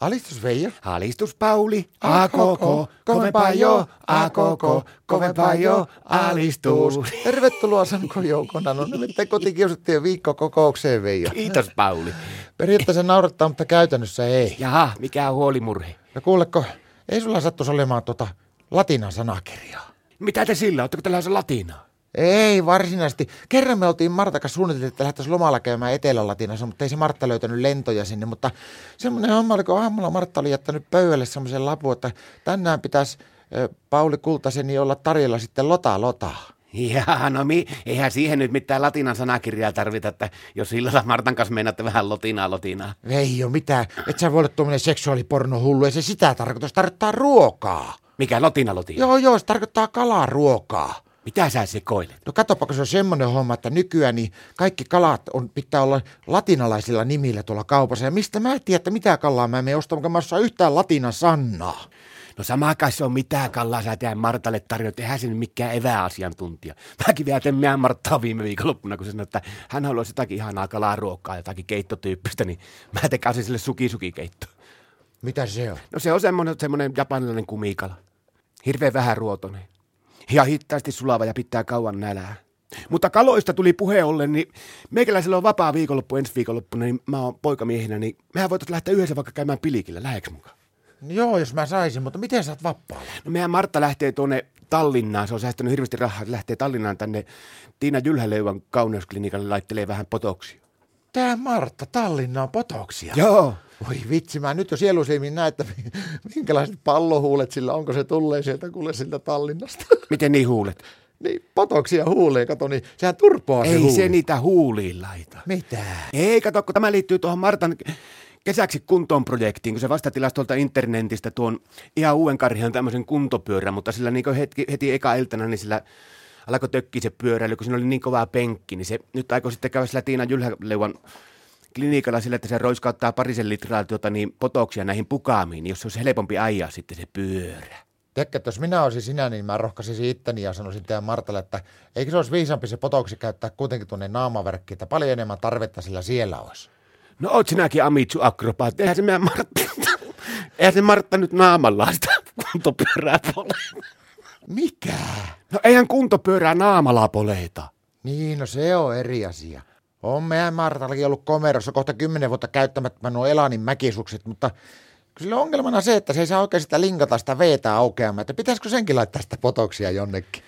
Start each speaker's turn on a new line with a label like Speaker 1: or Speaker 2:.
Speaker 1: Alistus Veijo.
Speaker 2: Alistus Pauli, a koko, kovempaa jo, a koko, kovempaa jo, alistus.
Speaker 1: Tervetuloa Sanko Joukona. No nimittäin kotikiusattiin viikkokokoukseen Veijo.
Speaker 2: Kiitos Pauli.
Speaker 1: Periaatteessa naurattaa, mutta käytännössä ei.
Speaker 2: Jaha, mikä on huolimurhe?
Speaker 1: No kuuleko, ei sulla sattuisi olemaan tuota latinan sanakirjaa.
Speaker 2: Mitä te sillä, oletteko te lähes latinaa?
Speaker 1: Ei varsinaisesti. Kerran me oltiin Martaka suunniteltu, että lähdettäisiin lomalla käymään Etelä-Latinassa, mutta ei se Martta löytänyt lentoja sinne. Mutta semmoinen homma oli, kun aamulla Martta oli jättänyt pöydälle semmoisen lapun, että tänään pitäisi ö, Pauli Kultaseni olla tarjolla sitten lota lotaa.
Speaker 2: Jaa, no mi, eihän siihen nyt mitään latinan sanakirjaa tarvita, että jos illalla Martan kanssa meinaatte vähän lotinaa lotinaa.
Speaker 1: Veijo, mitä? Et sä voi olla tuommoinen seksuaalipornohullu, ei se sitä tarkoita, se tarkoittaa ruokaa.
Speaker 2: Mikä lotina lotina?
Speaker 1: Joo, joo, se tarkoittaa kalaruokaa.
Speaker 2: Mitä sä sekoilet?
Speaker 1: No katsopa, kun se on semmoinen homma, että nykyään niin kaikki kalat on, pitää olla latinalaisilla nimillä tuolla kaupassa. Ja mistä mä en tiedä, että mitä kalaa mä menen ostamaan, kun mä en osaa yhtään latinan sannaa.
Speaker 2: No sama kai se on mitään kallaa sä tehdä Martalle tarjota, eihän se nyt mikään eväasiantuntija. Mäkin vielä tein meidän Marttaa viime viikonloppuna, kun se sanoi, että hän haluaisi jotakin ihanaa kalaa ruokaa, jotakin keittotyyppistä, niin mä tekäsin sille suki-suki-keitto.
Speaker 1: Mitä se on?
Speaker 2: No se on semmoinen, semmoinen japanilainen kumikala. Hirveän vähän ruotonen. Ja hittaasti sulava ja pitää kauan nälää. Mutta kaloista tuli puhe ollen, niin meikäläisellä on vapaa viikonloppu ensi viikonloppuna, niin mä oon poikamiehenä, niin mehän voitaisiin lähteä yhdessä vaikka käymään pilikillä, läheks mukaan?
Speaker 1: No Joo, jos mä saisin, mutta miten sä oot vapaalla?
Speaker 2: No meidän Martta lähtee tuonne Tallinnaan, se on säästänyt hirveästi rahaa, se lähtee Tallinnaan tänne Tiina Jylhäleuvan kauneusklinikalle laittelee vähän potoksia.
Speaker 1: Tää Martta, Tallinna on potoksia.
Speaker 2: Joo.
Speaker 1: Voi vitsi, mä nyt jo sielusilmin näen, että minkälaiset pallohuulet sillä, onko se tulee sieltä kuule siltä Tallinnasta.
Speaker 2: Miten niin huulet?
Speaker 1: niin, potoksia huuleen, kato, niin sehän turpoaa se
Speaker 2: Ei
Speaker 1: huuli.
Speaker 2: se niitä huuliin laita.
Speaker 1: Mitä?
Speaker 2: Ei, kato, kun tämä liittyy tuohon Martan kesäksi kuntoon projektiin, kun se vasta tilasi tuolta internetistä tuon ihan uuden karhian tämmöisen kuntopyörän, mutta sillä niin heti, heti eka iltana, niin sillä alkoi tökkiä se pyöräily, kun siinä oli niin kovaa penkki, niin se nyt aikoi sitten käydä sillä Tiina Jylhäleuvan klinikalla sillä, että se roiskauttaa parisen litraa tuota, niin potoksia näihin pukaamiin, niin jos se olisi helpompi ajaa sitten se pyörä.
Speaker 1: Tiedätkö, että jos minä olisin sinä, niin mä rohkaisisin itteni ja sanoisin teidän Martalle, että eikö se olisi viisampi se potoksi käyttää kuitenkin tuonne naamaverkkiin, että paljon enemmän tarvetta sillä siellä olisi.
Speaker 2: No oot sinäkin Amitsu akrobaatti. Eihän se meidän Martta, eihän se Martta nyt naamallaan sitä kuntopyörää pole.
Speaker 1: Mikä?
Speaker 2: No eihän kuntopyörää naamalaa poleita.
Speaker 1: Niin, no se on eri asia. On meidän Martallakin ollut komerossa kohta kymmenen vuotta käyttämättä nuo Elanin mäkisukset, mutta kyllä sillä on ongelmana se, että se ei saa oikein sitä linkata sitä veetä aukeamaan, että pitäisikö senkin laittaa sitä potoksia jonnekin.